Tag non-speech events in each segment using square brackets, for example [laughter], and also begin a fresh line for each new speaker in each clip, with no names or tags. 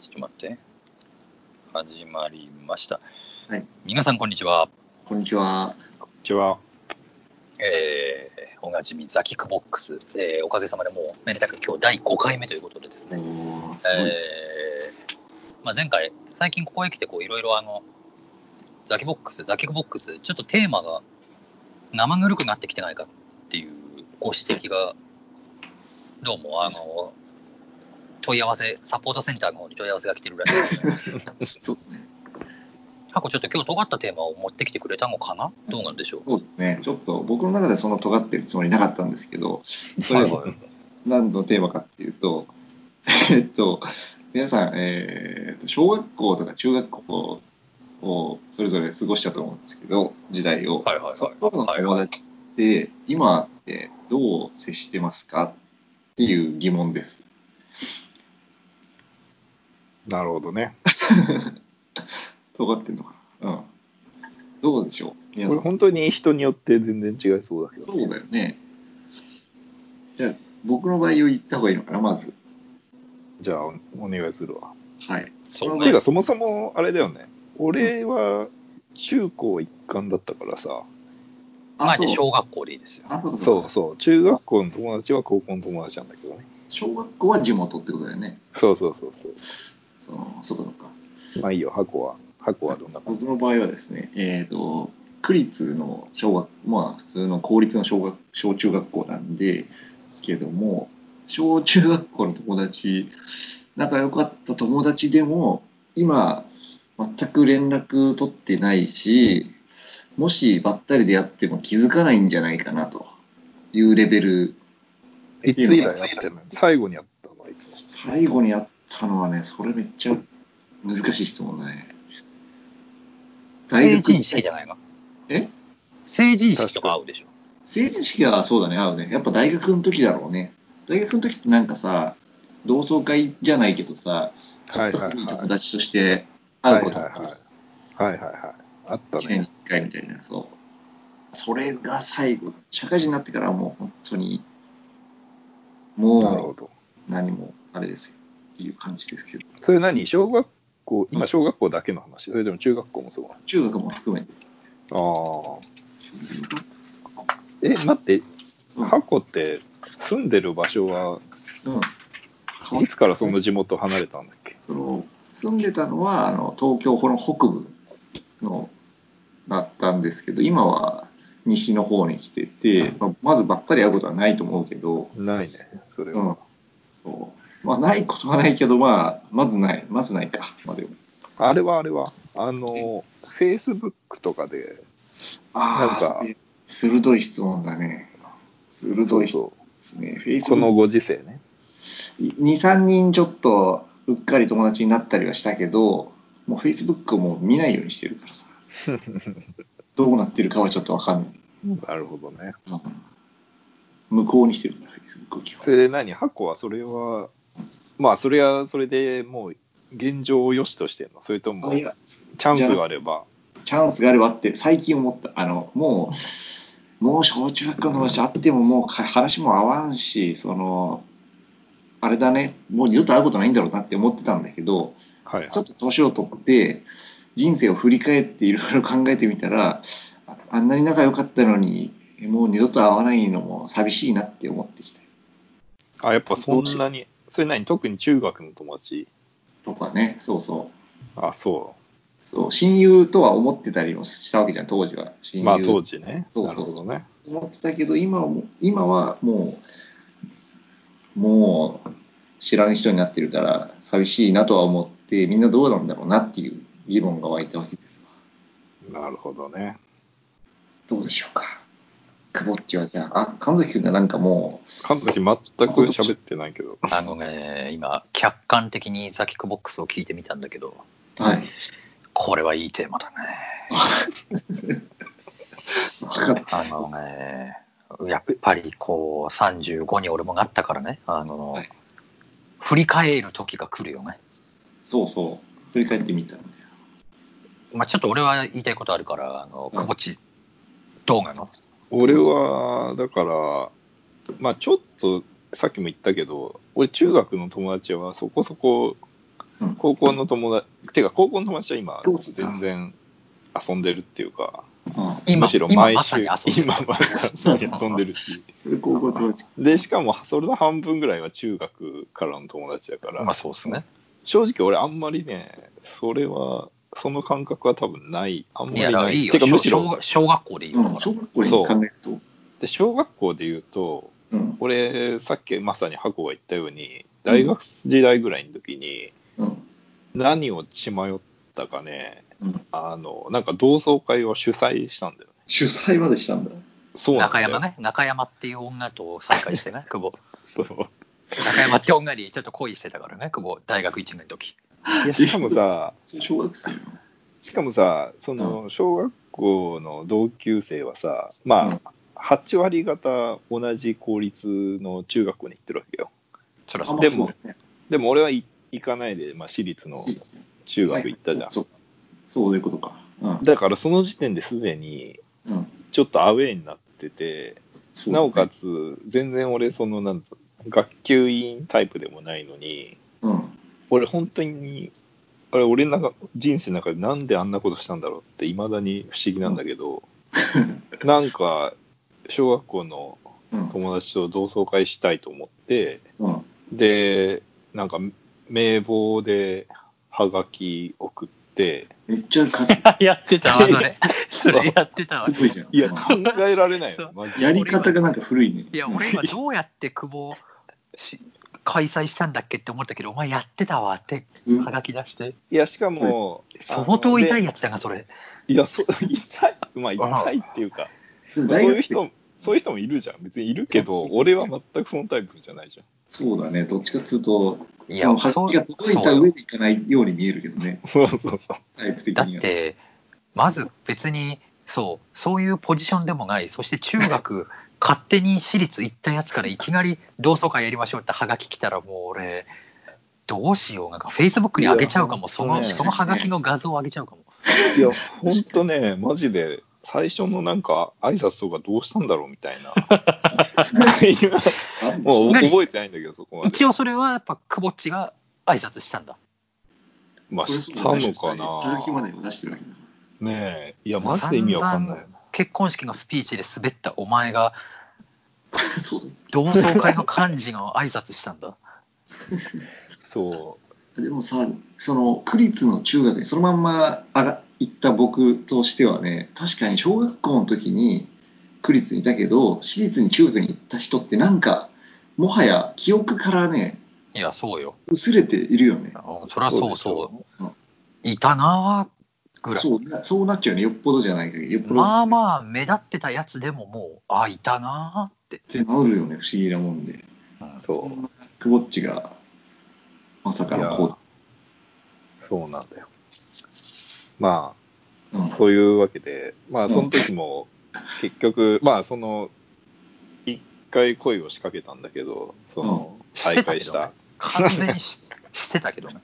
ちょっと待って。始まりました。
はい。
皆さん、こんにちは。
こんにちは。
こんにちは。
えー、おなじみ、ザキックボックス。えー、おかげさまでもう、めでたく今日第5回目ということでです
お
ね。
ーすごいです
えー、まあ前回、最近ここへ来て、こう、いろいろあの、ザキボックス、ザキックボックス、ちょっとテーマが生ぬるくなってきてないかっていうご指摘が、どうも、あの、問い合わせ、サポートセンターの方に問い合わせが来てるらしいですね。
[laughs] そうですね。
ハコちょっと今日尖ったテーマを持ってきてくれたのかなどうなんでしょう
そうですね。ちょっと僕の中でそんな尖ってるつもりなかったんですけど、それ
はいはい
何のテーマかっていうと、えっと、皆さん、えーと小学校とか中学校をそれぞれ過ごしたと思うんですけど、時代を。
はいはいはい
その頃の友達って、今ってどう接してますかっていう疑問です。
なるほどね。
尖ってるのかなうん。どうでしょう皆
こ
さ
れ
ん。
本当に人によって全然違いそうだけど。
そうだよね。じゃあ、僕の場合を言った方がいいのかな、まず。
じゃあ、お願いするわ。
はい。
そう
て
ね
か、そもそもあれだよね。俺は中高一貫だったからさ。
あ、
前
そう
で小学校でいいですよ。
あそうだそう
そ
だ
うそう。中学校の友達は高校の友達なんだけどね。
小学校は地元ってことだよね。
そうそうそうそ
そのそっかそっか。
う。まあいいよ、箱は。箱はどんな感
僕の場合はですね、えっ、と、区立の小学、まあ普通の公立の小学小中学校なんで、ですけども、小中学校の友達、仲良かった友達でも、今、全く連絡取ってないし、もしばったりでやっても気づかないんじゃないかなというレベル、
じ。いつ以来やってるの最後にやったのはいつ
最後にやったのはね、それめっちゃ難しい質問だね。
成人式じゃないの
え
成人式とか合うでしょ。
成人式はそうだね、合うね。やっぱ大学の時だろうね。大学の時ってなんかさ、同窓会じゃないけどさ、
はいはいはい
ちょっと古い友達として
は
会
いうは
こ
い
と
は
が
い。はいはいはい。あった
1年に
ね。
1回みたいな、そう。それが最後、社会人になってからはもう本当に、
なるほ
も
ど。
う何もあれですよっていう感じですけど、
それ何小学校、今小学校だけの話。それでも中学校もそうな
中学も含めて。
の。ああ。え、待って、
うん
箱って住んでる場所は
うん。変わ
いつからその地元離れたんだっけ
その住んでたのはあの東京この北部のだったんですけど今は西の方に来てて、まあまずばっかり会うことはないと思うけど、
ないね、それ
う
は
ん。そうまあ、ないことはないけど、まあ、まずないまずないか、まあ、でも
あれはあれは、あの、フェイスブックとかで、
あ
なんか
あ鋭い質問だね鋭い質問
そう
です
そ
ねフェイ
う、
スブ
こ
ッ
の
ク
ご時世ね。
23人ちょっとうっかり友達になったりはしたけどもうフェイスブックをもう見ないようにしてるからさどうなってるかはちょっとわかんない
なるほどね。
無効にしてるんだ、フェイスブック基
それで何箱はそれは、まあ、それはそれでもう、現状を良しとしてんのそれとも、
本。い
チ
や、
ャンスがあれば、
チャンスがあればって、最近思った。あの、もう、もう小中学校の話あっても、もうか話も合わんし、その、あれだね、もう二度と会うことないんだろうなって思ってたんだけど、
はいは
[laughs]
い
ちょっと年を取って、人生を振り返っていろいろ考えてみたら、ああんなに仲良かったのに、もう二度と会わないのも寂しいなって思ってきた
あ、やっぱそんなに、それ何特に中学の友達
とかね、そうそう。
あ、そ
そう親友とは思ってたりもしたわけじゃん当時は親友、
う。まあ、当時ね。
そう
なる
そう
ほ
そ
ど
う
ね。
思ってたけど今はもう今はもうもう知らん人になってるから寂しいなとは思ってみんなどうなんだろうなっていう疑問が湧いたわけです
なるほどね。
どうでしょうか久保っちはじゃああ神崎君がなんかも
神崎全く喋ってないけど。
あのね、今、客観的にザキックボックスを聞いてみたんだけど、
うはい
これはいいテーマだね。
分かった
あのね、やっぱりこう、35に俺もなったからね、あの、
はい
振り返る時が来るよね。
そうそう振り返ってみたんだよ
まあちょっと俺は言いたいことあるから、あの、
うん
くぼっち、どうなの
俺は、だから、まあちょっと、さっきも言ったけど、俺中学の友達はそこそこ
うん
高校の友達、てか高校の友達は今
どう、ですか
全然遊んでるっていうか、
あ
今
むしろ
今
毎
まさ
週
に遊んで、る
今まさに遊
[laughs]
んでるし、
それ高校とは
で、しかもそれの半分ぐらいは中学からの友達だから、
まあそうっすね。
正直俺あんまりね、それは、その感覚は多分ない、あんま
いや、
り
だか
な
ら
い。
いいよ。
てかむ
小
しろ
小小学校でいいよ。だ
うん
から
小学校に考えると、
で、小学校で言うと、
うん
俺、さっきまさに箱が言ったように、大学時代ぐらいの時に、
うん
何を血迷ったかね、
うん、
あの、なんか同窓会を主催したんだよね。
主催までしたんだ。
そうなん
中
だよ
山。ね、中山っていう女と再会してね、久保。
そう。
中山って女にちょっと恋してたからね、久保、大学1年の時。
いや、しかもさ、
それ小学生の
しかもさ、その、小学校の同級生はさ、まあ、8割方同じ公立の中学校に行ってるわけよ。
そら
あ
そ
ま
う
あ
でも
そうだね
でも俺はい行かないで、まあ、私立の中学行ったじゃん。
そうそういうことか。うん
だからその時点ですでに、
うん
ちょっとアウェイになってて、
そうだ
な
ね
おかつ、全然俺、その、なんと学級委員タイプでもないのに、
うん
俺、本当に、あれ、俺の中、人生の中でなんであんなことしたんだろうって、いまだに不思議なんだ
[laughs]
けど、なんか、小学校の
うん
友達と同窓会したいと思って、
うん
で、なんか、名簿で、はがき送って、
めっちゃか
やってたわ、それ。それやってたわ
す。ごいじゃん。
いや、
うん
考えられないよね、マジで
やり方がなんか古いね。
いや、俺今どうやって久保し開催したんだっけって思ったけど、お前やってたわって、
うん
はがき出して。
いや、しかも、
相当痛
い
いやつだな、それ。
いや、そう、 [laughs] 痛い。まあ、痛いっていうか、
でも
そう
大
いう
学生
人、そういう人もいるじゃん。別にいるけど、俺は全くそのタイプじゃない
[laughs]
じゃ
そうだね、どっちかっつうと、
い
その発
そう
揮が届いた
そう
上でいかないように見えるけどね、
ん。そうそうそう。
タイプ的
だっ
には。
て、まず別に、そう、そういうポジションでもない、そして中
[laughs]
学、勝手に私立行ったやつからいきなり同窓会やりましょうってハガキ来たら、もう俺、どうしよう、なんか Facebook に上げちゃうかも、そ
いや
の
ね
そのハガキの画像を上げちゃうかも。
いや、ほんとね、マジで、最初のなんか、挨拶とかどうしたんだろうみたいな。
あもう
もう
何
覚えてないんだけど、そこまで。
一応それはやっぱ久保っちが挨拶したんだ。
まあ、
それ
し
そ
た
うだね
のか
それ気ま
な。
でを出してるわけだか
ねえ、いや、マジで意味わかんないよね。
結婚式のスピーチで滑ったお前が
ら。 [laughs] そうだね
同窓会の幹事の挨拶したんだ。
そ
でもさ、その区立の中学にそのまんま上が行った僕としてはね、確かに小学校の時に区立にいたけど、私立に中学に行った人って、なんか、もはや記憶からね、
[laughs] いや、そうよ。
薄れているよね。
うんそりゃそう
そ
そう
でしょ。
いたなぁぐらい。
そうなそうなっちゃうね、よっぽどじゃない限り、よっぽど
まあまあ、目立ってたやつでももう、あ、いたなぁって。
って治るよね、不思議なもんで。
う、そ
んなクボッチがまさかのこ
う、そうなんだよ。まあ、
う、うん、
そういうわけで、ま
う
あ、
ん
その時も、結局、まあ、その、一回恋を仕掛けたんだけど、その、
して
再
たけ
会し
どね
た。。
完全にししてたけ [laughs] どね。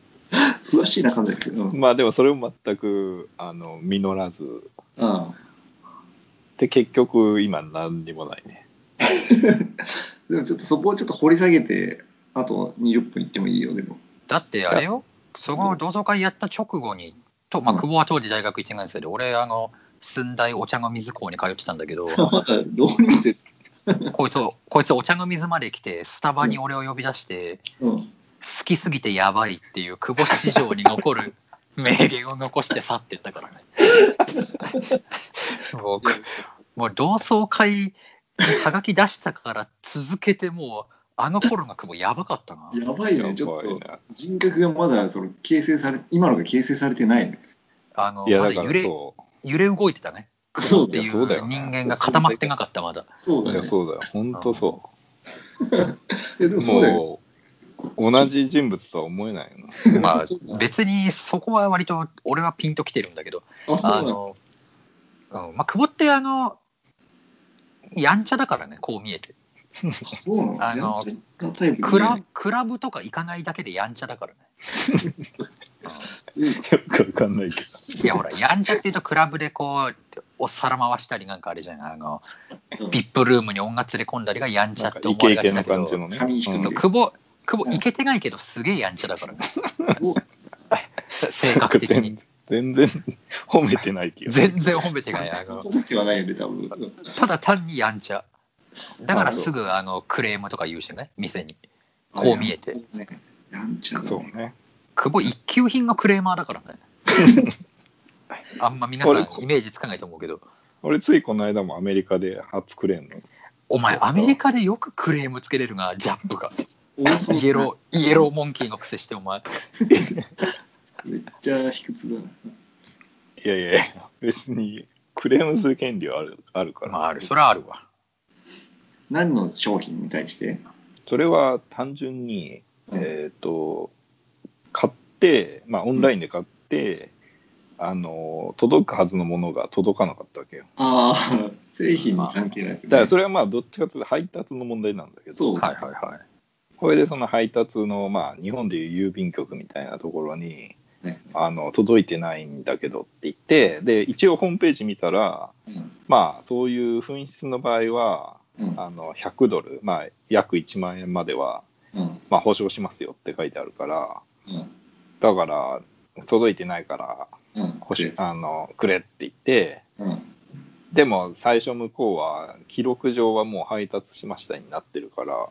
詳しいな感じだけど、うん、
まあ、でもそれも全く、あの、実らず、
ああ
で、結局、今、何にもないね。
でもちょっとそこをちょっと掘り下げて、あと20分いってもいいよ、でも。
だってあれよ、その同窓会やった直後に、とまあ、
うん
久保は当時大学1年生で、俺、あの、寸大お茶の水校に通ってたんだけど、
まだ浪人生、
こいつを、こいつお茶の水まで来て、スタバに俺を呼び出して、
うん、
好きすぎてやばいっていう久保史上に残
[laughs]
る名言を残して去ってったからね。もうくもう同窓会はがき出したから続けてもうあの頃の久保やばかったな。
[laughs] やばいよね、ちょっ
やばい
と
な
人格がまだその形成され、今のが形成されてないね。
あの
いや、
ま
だ
だ
か
揺
ら
れ
そ
揺れ動いてたね。
そ
っ
う
て
だ
い
よ、
う
そうだよね
人間が固まってなかったまだ。
そう
う。い
だよ、
や、
ね。
そうだよ。本当そ
えで
う。
もそうだよね、
もう、同じ人物とは思えないよな。
ま
そうだ
あ別にそこは割と俺はピンときてるんだけど、
あ、そ
あ
うなの
の、うん、まあ、久保ってあの、やんちゃだからね、こう見えて。
あそうなの
あの
やっちゃったタイプ
クラクラブとか行かないだけでやんちゃだからね。
うん
よくわかんないけ
い
[laughs]
やほら、やんちゃっていうと、クラブでこう、お皿回したりなんかあれじゃない、あの、ビップルームに音楽連れ込んだりがやんち
ど。な
ゃ
ん
っ
か
て
イ
思わ
ケ
れ
イ
が
ケ
ちだ
な
けど、
感じのね。
髪一
う
つ
ん [laughs]
そう久保、久保、いけてないけど、すげえやんちゃだからね。
そう
性格的に。
全然褒めてないっていう。
全然褒めてない。あの
褒めてはないよね、多分。
ただ単にやんちゃ。だからすぐあのクレームとか言うしね、店に。こう見えて。
ね、なんちゃらね
そうね。
久保一級品がクレーマーだから [laughs] ね。あんま皆さ
俺
んイメージつかないと思うけど、
俺ついこの間もアメリカで初クレーンの。
お前アメリカでよくクレームつけれるな、ジャップが。
大そ
イエロー、イエローモンキーの癖してお前。
めっちゃ卑屈だな。
いやいやいや、別にクレームする権利はあるあるから。
まあある、それはあるわ。
何の商品に対して
それは単純に、
うん
えっ、と、買って、まあオンラインで買って、あの、届くはずのものが届かなかったわけよ。
ああ、 [laughs] 製品に関係なく、ね。
だからそれはまあどっちかというと配達の問題なんだけど。
そう
はいはいはい。
これでその配達の、まあ、日本でいう郵便局みたいなところに
ね
あの届いてないんだけどって言ってで一応ホームページ見たら、
うん
まあ、そういう紛失の場合は
うん
あの100ドル、まあ、約1万円までは、
うん
まあ、保証しますよって書いてあるから
うん
だから届いてないから
うん
欲しいあのくれって言って
うん
でも最初向こうは記録上はもう配達しましたになってるから。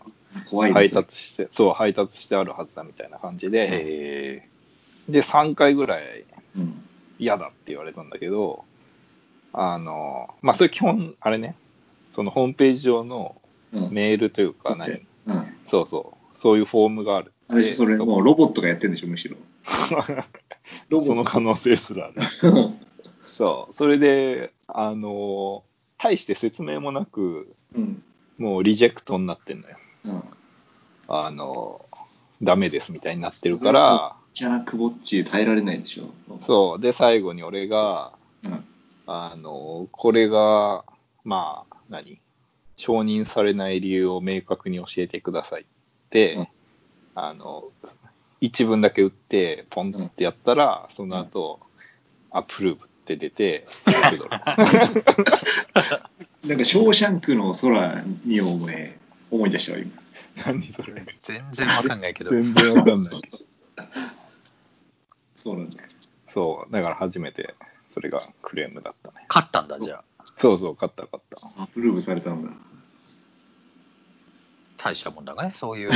怖いで
配
すね。
達して、そう、配達してあるはずだみたいな感じで、
え
で、3回ぐらい
うん
嫌だって言われたんだけど、あの、まあ、それ基本、あれね、そのホームページ上の
うん
メールというか、
だって
何、
うん
そうそう、そういうフォームがある。
あれでし
で
ょそれ
そ
もうロボットがやってるんでしょ、むしろ。ロ
そ
ボ
の
ット
可能性すら
[laughs]
ある。そう、それで、あの、大して説明もなく、
うん
もうリジェクトになってんのよ。
うん
あの、ダメですみたいになってるから、
じゃあ、くぼっち耐えられないでしょ。
そう、で、最後に俺が、
うん
あの、これが、まあ、何承認されない理由を明確に教えてくださいって、
うん
あの、一文だけ打って、ポンってやったら、その後、アプローブって出 [laughs] て、100ドル
なんか、ショーシャンクの空に思い思い出したわ、今。
何それ
ー、全然わかんないけど。
全然わかんない。
そうなんだ。
そう、だから初めて、それがクレームだったね。
勝ったんだ、じゃあ。
そうそう、勝った勝った。
アプローブされたんだ。
大したもんだね、そう [laughs] いう。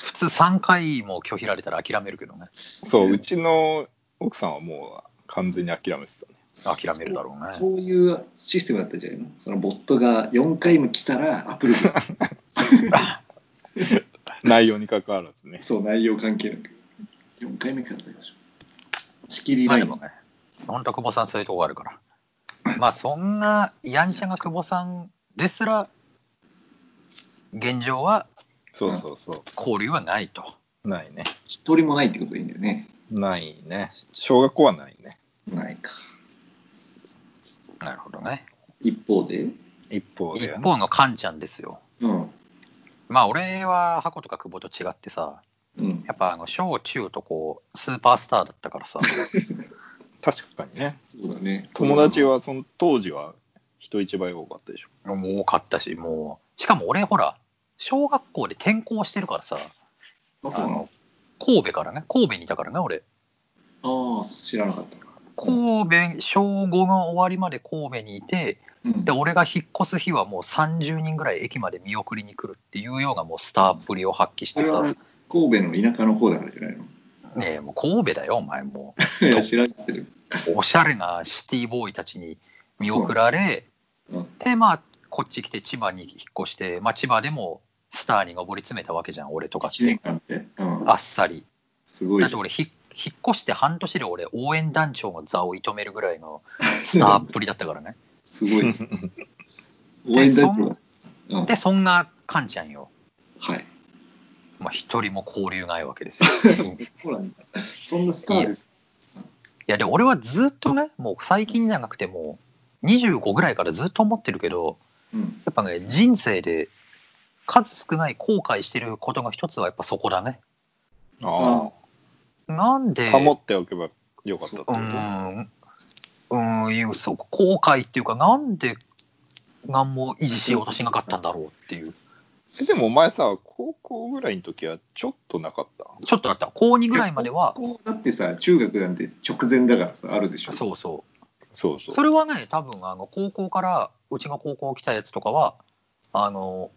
普通3回も拒否られたら諦めるけどね。
そう、うちの奥さんはもう完全に諦めてたね。
諦めるだろうね。
そういうシステムだったんじゃないのそのボットが4回も来たらアプローブされる
内容に関わらずね。
そう、内容関係なく。4回目からだよ。仕切り
ま
ラ
あ
イ
で
ン
もね、本当久保さんそういうとこあるから。まあそんなやんちゃな久保さんですら、現状は
そうそうそ
交流はないと。
う。ないね。
一人もないってことでいいんだよね。
ないね。小学校はないね。
ないか。
なるほどね。
一方で、
一方
一
で、ね。
方のカンちゃんですよ。
うん、
まあ俺は箱とか久保と違ってさ、
うん、
やっぱあの小中とこう、スーパースターだったから [laughs] さ、
確かにね。
そうだね。
友達は、その当時は人一倍多かったでしょ。
もう多かったし、もう、しかも俺ほら、小学校で転校してるからさ、
あ、
あ
そうな
の
の
神戸からね、神戸にいたからね、俺。
ああ、知らなかった。
神戸、小5の終わりまで神戸にいて、
うん
で、俺が引っ越す日はもう30人ぐらい駅まで見送りに来るっていうようなもうスターっぷりを発揮し
そ
て
れ
さ、
は
ね
神戸の田舎の方だからじゃないの
え、もう神戸だよ、お前も
いや、 [laughs] 知らなかったけど。
う。おしゃれなシティボーイたちに見送られ、
うん
で、まあ、こっち来て千葉に引っ越して、まあ、千葉でもスターに上り詰めたわけじゃん、俺とかっ
1年
て。
間って。うん、
あっさり。
すごい
だっ
じ
て
ゃん。
俺ひ、引っ越して半年で俺、応援団長の座を射止めるぐらいのスターっぷりだったからね。
[laughs] す
[laughs]
ごい。応援団長。うん
で、そんなカンちゃんよ。
はい。
まあ、一人も交流ないわけ
[laughs]
ですよ。い
そうなんだ。そんなスターです。
や、で、俺はずっとね、もう最近じゃなくてもう、25ぐらいからずっと思ってるけど、
うん。
やっぱね、人生で数少ない後悔してることの一つはやっぱそこだね。
あ
なんで、
あ。保っておけばよかったってこ
う
と
ん、うん、いやそう、後悔っていうか、なんで何も維持しようとしなかったんだろうっていう。
えでもお前さ、高校ぐらいの時はちょっとなかった。
ちょっとあった。高2ぐらいまでは、
高校だってさ、中学なんて直前だからさ、あるでしょ。
そうそ。
そうそうう。
それはね、多分、あの、高校から、うちが高校来たやつとかは、あの、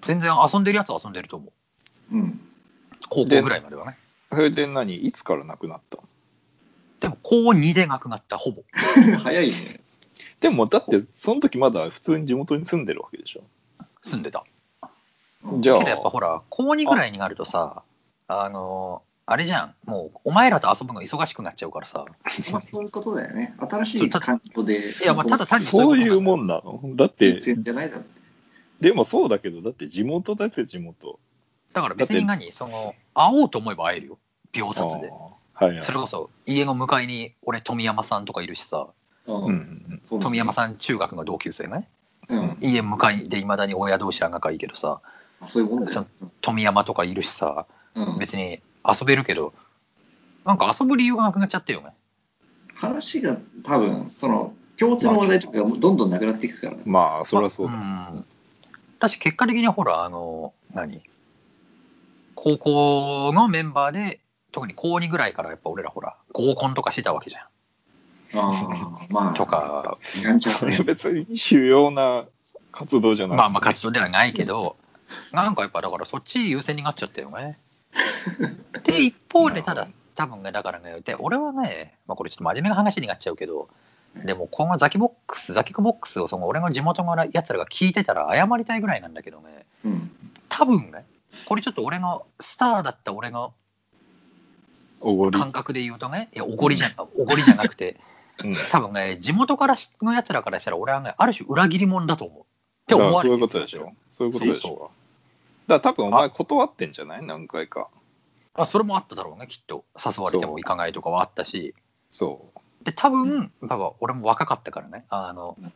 全然遊んでるやつは遊んでると思う。
[laughs] うん。
高校ぐらいまではね。
それで何いつからなくなった
でも、高2でなくなった、ほぼ。
早いね。
でもだって、その時まだ普通に地元に住んでるわけでしょ。
住んでた。
うん
じゃあ
けどやっぱほら、高2ぐらいになるとさ、あの、あれじゃん、もう、お前らと遊ぶの忙しくなっちゃうからさ。
まあ、そういうことだよね。新し
そう
い
た
環境で。
いや、まあ、ただ単にそ
そうう
い
い
こ
うう
と
もんなのだっ
全
て、
然じゃないだって。
でもそうだけど、だって地元だって地元。
だから別に何、その、会おうと思えば会えるよ。秒殺で。
あーはいはい。
それこそ、家の向かいに、俺、富山さんとかいるしさ、
うんうん
そうだね
富山さん中学の同級生ね。
うん。
家向かいでいまだに親同士は仲いいけどさ、
あそういうもんだよ。
富山とかいるしさ、
うん、
別に遊べるけど、なんか遊ぶ理由がなくなっちゃったよね。
話が多分、その、共通の話題とかがどんどんなくなっていくからね。
うん。まあ、そりゃそうだ。
ん。だし、結果的にはほら、あの、何高校のメンバーで、特に高2ぐらいからやっぱ俺らほら、合コンとかしてたわけじゃ
ああ、まあ。
ん。と。か、
なんちゃ
そ
らね
れは [laughs] 別に主要な活動じゃない。
まあまあ活動ではないけど、なんかやっぱだからそっち優先になっちゃったよね。で、一方でた
な
だ
る、
多分ね、だからね、で俺はね、まあ、これちょっと真面目な話になっちゃうけど、でも今後ザキボックス、ザキックボックスをその俺の地元のやつらが聞いてたら謝りたいぐらいなんだけどね、
うん。
多分ね、これちょっと俺のスターだった俺の
おごり。
感覚で言うとね、いや、おごりじゃ、おごりじゃなくて、
うん
多分ね、地元からしのやつらからしたら俺はね、ある種裏切り者だと思う。って思われて
そう
る
いうことでしょ。そういうことでし
そう
ょ。だから多分お前断ってんじゃない何回か。
あそれもあっただろうねきっと誘われても行かないとかはあったし
そ
で多分多分俺も若かったからねあの
うん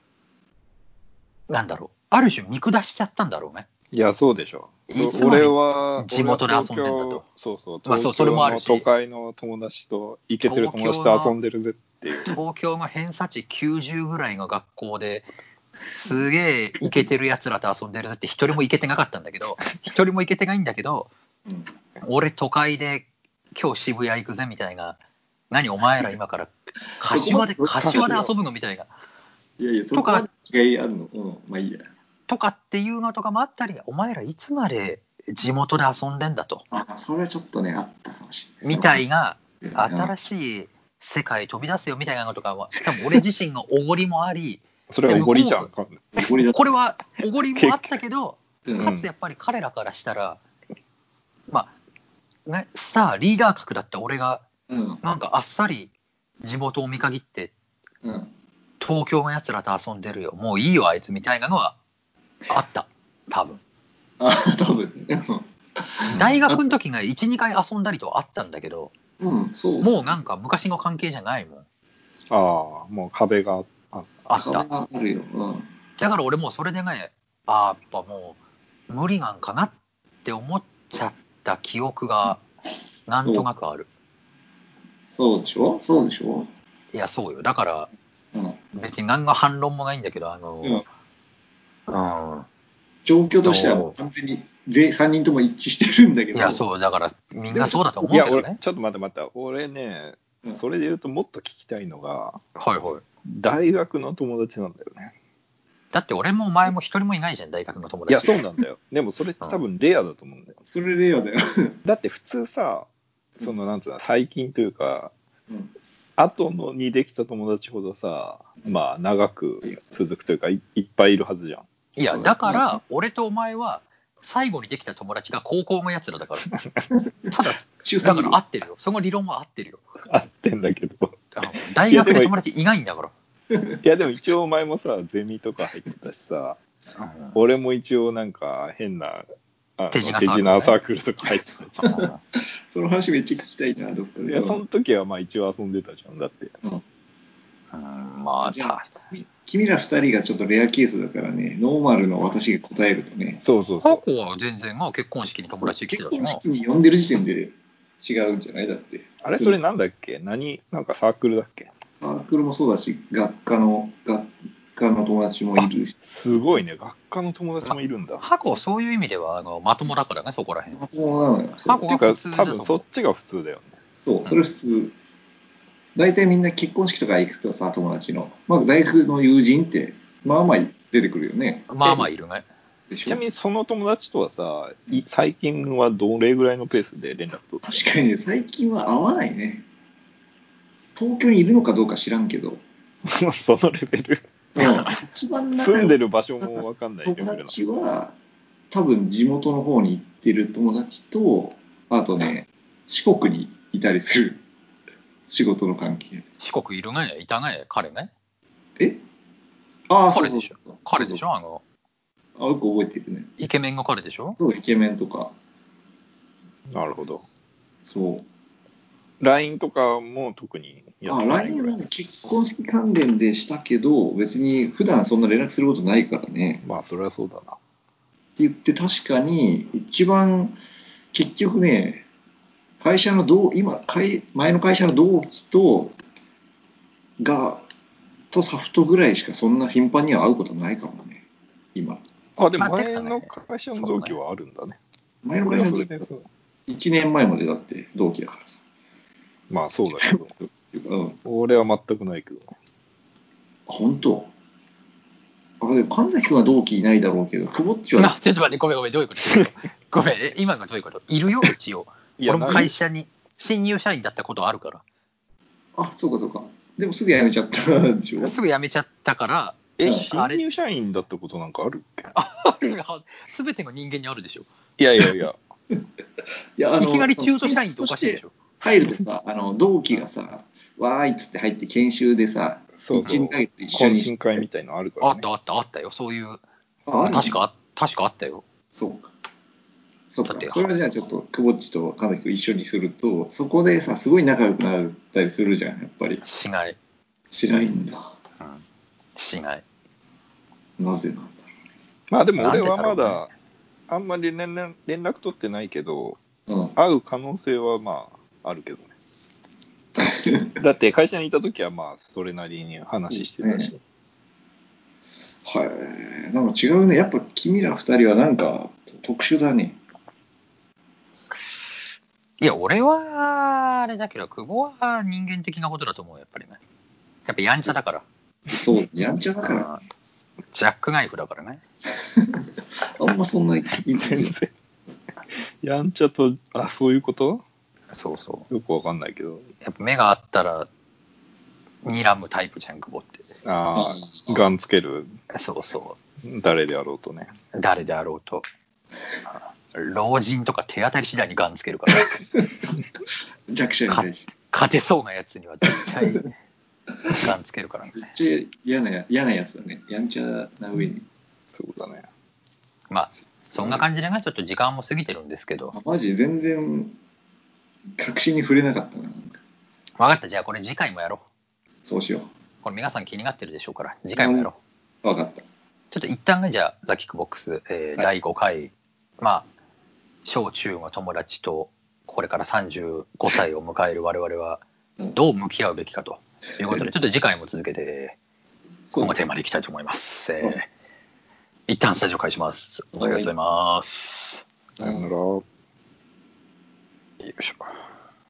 なんだろうある種見下しちゃったんだろうね
う。いや、そうでしょう。
いつも
俺は、
地元で遊んでんだと
俺は東京そうそう。
まあそうそれもあるし
東京の都会の友達と、イケてる友達
東京
と
の
遊んでるぜっていう。
東京の偏差値90ぐらいの学校ですげえイケてるやつらと遊んでるぜって一人もイケてなかったんだけど一人もイケてないんだけど
うん
俺都会で今日渋谷行くぜみたいな何お前ら今から柏で柏で遊ぶのみたいない
やいや、そ
と
こ
か
は違いあるの。うん、まあいいや。
とかっていうのとかもあったり、お前らいつまで地元で遊んでんだと、
あ、それはちょっとね、あったかもしれない。
みたいな、
うん。
新しい世界飛び出すよみたいなのとかは、多分俺自身のおごりもあり、
それはおごりじゃん。
これだ
これはおごりもあったけど、
うん
かつやっぱり彼らからしたら、まあ、ね、スター、リーダー格だった俺が、
うん。
なんかあっさり地元を見限って、
うん。
東京のやつらと遊んでるよ、もういいよ、あいつみたいなのはあった、多分
あ、多分ね。
大学の時が1、2回遊んだりとはあったんだけど、
うん、うんそう。
もうなんか昔の関係じゃないもん。
ああ、もう壁があ
あっ
そ
た
れ。はあるよ。うん。
だから俺もうそれでね、あーやっぱもう無理なんかなって思っちゃった記憶がなんとなくある。
そうでしょそうでしょ
いや、そうよ。だから
うん。
別に何の反論もないんだけど、あの、
うん
う
状況としては完全に全3人とも一致してるんだけ
ん。
ど。
いや、そう、だからみんなそうだと思う
い
け
や、
ど
俺、
ね。
ちょっと待って待って。俺ね
う、ん
それで言うともっと聞きたいのが、
はいはい。
大学の友達なんだよね。
だって俺もお前も一人もいないじゃん、大学の友
い
達。
や、そうなんだ [laughs] よ。でもそれって多分レアだと思うんだよ。
それレアだよ。
だって普通さ、そのなんつうの、最近というか、
うん
後のにできた友達ほどさ、まあ長く続くというか、いいっぱいいるはずじゃん。 [laughs]
いや、だから、俺とお前は、最後にできた友達が高校のやつらだから。ただ、
中
だ
3
から合ってるよ。その理論は合ってるよ。
合ってんだ [laughs] けど。
あの大学で友達いないんだから。
いや、でも一応お前もさ、ゼミとか入ってたしさ、
うん
俺も一応なんか変な、あの
手品サークルね
手品サークルとか入ってたじ
その話めっちゃ聞きたいな、どっか
ゃ [laughs] ん。
で。
いや、その時はまあ一応遊んでたじゃん。だって。
うんまあ、
じゃ
た
あ君ら2人がちょっとレアケースだからね、ノーマルの私が答えるとね、
そうそう
過
そ
去は全然な結婚式に友達来て
結
たし
婚
な。
式に呼んでる時点で違うんじゃないだって。
う。あれ、それなんだっけ何なんかサークルだっけ
サークルもそうだし、学科の、学科の友達もいるし、
すごいね、学科の友達もいるんだ。
箱、そういう意味ではあのまともだからね、そこら辺。
まともなのよ。そ
過
う
去
てい
が
う
普
か、
通だ
多
と思
分
う
そっちが普通だよね。
そう、それ普通。大体みんな結婚式とか行くとさ、友達の。まあ、大学の友人って、まあまあ出てくるよね。
まあまあいるね。
でし
ち
ょ
なみにその友達とはさ、い最近はどれぐらいのペースで連絡取って
確かにね、最近は会わないね。東京にいるのかどうか知らんけど。
るそのレベル。
うん、
[laughs]
一番仲
住ん
良
で
い
る場所もわかんないレベル
友
なの。
達は、多分地元の方に行ってる友達と、あとね、四国にいたりする。仕事の関係。
四国いるね、いたね、彼ね。
えああ、そう
彼
そう
でしょ彼でし
ょ
ょあの、
あ、よく覚えてるね。
イケメンが彼でしょ
そう、イケメンとか。
なるほど。
そう。
LINE とかも特にやっ
あ、
てない
LINE
ぐら
はいね。結婚式関連でしたけど、別に普段そんな連絡することないからね。
まあ、それはそうだな。
って言って、確かに、一番、結局ね、会社の同、今、会前の会社の同期と、が、とサフトぐらいしかそんな頻繁には会うことないかもね、今。
あ、で
ま
も
あて
前
かね
の会社の同期はあるんだね。
前の
それ
会社の
はそれでそう
1年前までだって同期だからさ。
まあ、そうだけど。
っていうかうん
俺は全くないけど。
本当あでも神崎君は同期いないだろうけど、久保っち
な
は、
[laughs] ちょっと待って、ごめんごめん、どういうこと [laughs] どういうことごめん、え今がどういうこといるよ、一応。
い
俺
や、
も
ない
会社に、新入社員だったことあるか
あそうかそうか、でもすぐ辞めちゃったんでしょ
ら、。すぐ辞めちゃったから、
え、
あ
新
れ
入社員だったことなんかあるっけ
[laughs] すべての人間にあるでしょ。
いやいやいや。
いやあの
いきなり中途社員っておかしいでし
ょ。
ょ。
入るとさ、あの同期がさ、わーいっつって入って研修でさ、
そうそう。
1ヶ月一緒
懇
に
親会みたいのあるか
あ
ら、
っ
ね。
たあったあったよ、そういう、
あある
確。か確かあったよ。
そうか。そうか
だって
それはじゃあちょっと、久保っちと神崎君一緒にすると、そこでさ、すごい仲良くなったりするじゃん、やっぱり。
しない。
しないんだ。
うん、しない。
なぜなんだろ
まあでも俺はま
なんでだろ
だ、あんまり連絡連絡取ってないけど、
う。うん。
会う可能性はまああるけどね。
[laughs]
だって会社にいた時はまあそれなりに話してたし、
はい、なんか違うね。やっぱ君ら二人はなんか特殊だね。
いや、俺は、あれだけど、久保は人間的なことだと思う、やっぱりね。やっぱやんちゃだから。
そう、やんちゃだから、
うんジャックナイフだからね。
あんまそんなに
[laughs] 全然。やんちゃと、あ、そういうこと
そうそう。
よくわかんないけど、
やっぱ目があったら、睨むタイプじゃん、久保って。
ああ、ガンつける
そうそ
誰であろうとね。
う。誰であろうと。老人とか手当たり次第にガンつけるから、
弱者に対して。
勝てそうなやつには絶対ガンつけるからね。
めっちゃ嫌なや嫌なやつだね。やんちゃな上に。
そうだね。
まあ、そんな感じでね、ちょっと時間も過ぎてるんですけど
あ。マジ全然、確信に触れなかったな。なんか
分かった、じゃあこれ次回もやろう。
そうしよ
これ皆さん気になってるでしょうから、次回もやろう。
う。わかった。
ちょっと一旦ね、じゃあ、ザ・キックボックス、えー
は
第5回、まあ、小中の友達と、これから35歳を迎える我々は、どう向き合うべきかということで、ちょっと次回も続けて、
そ
今
う
後テーマでいきたいと思います。え
は
ー一旦スタジオ開始します。ありがとうございます。
さよなら。よいしょ。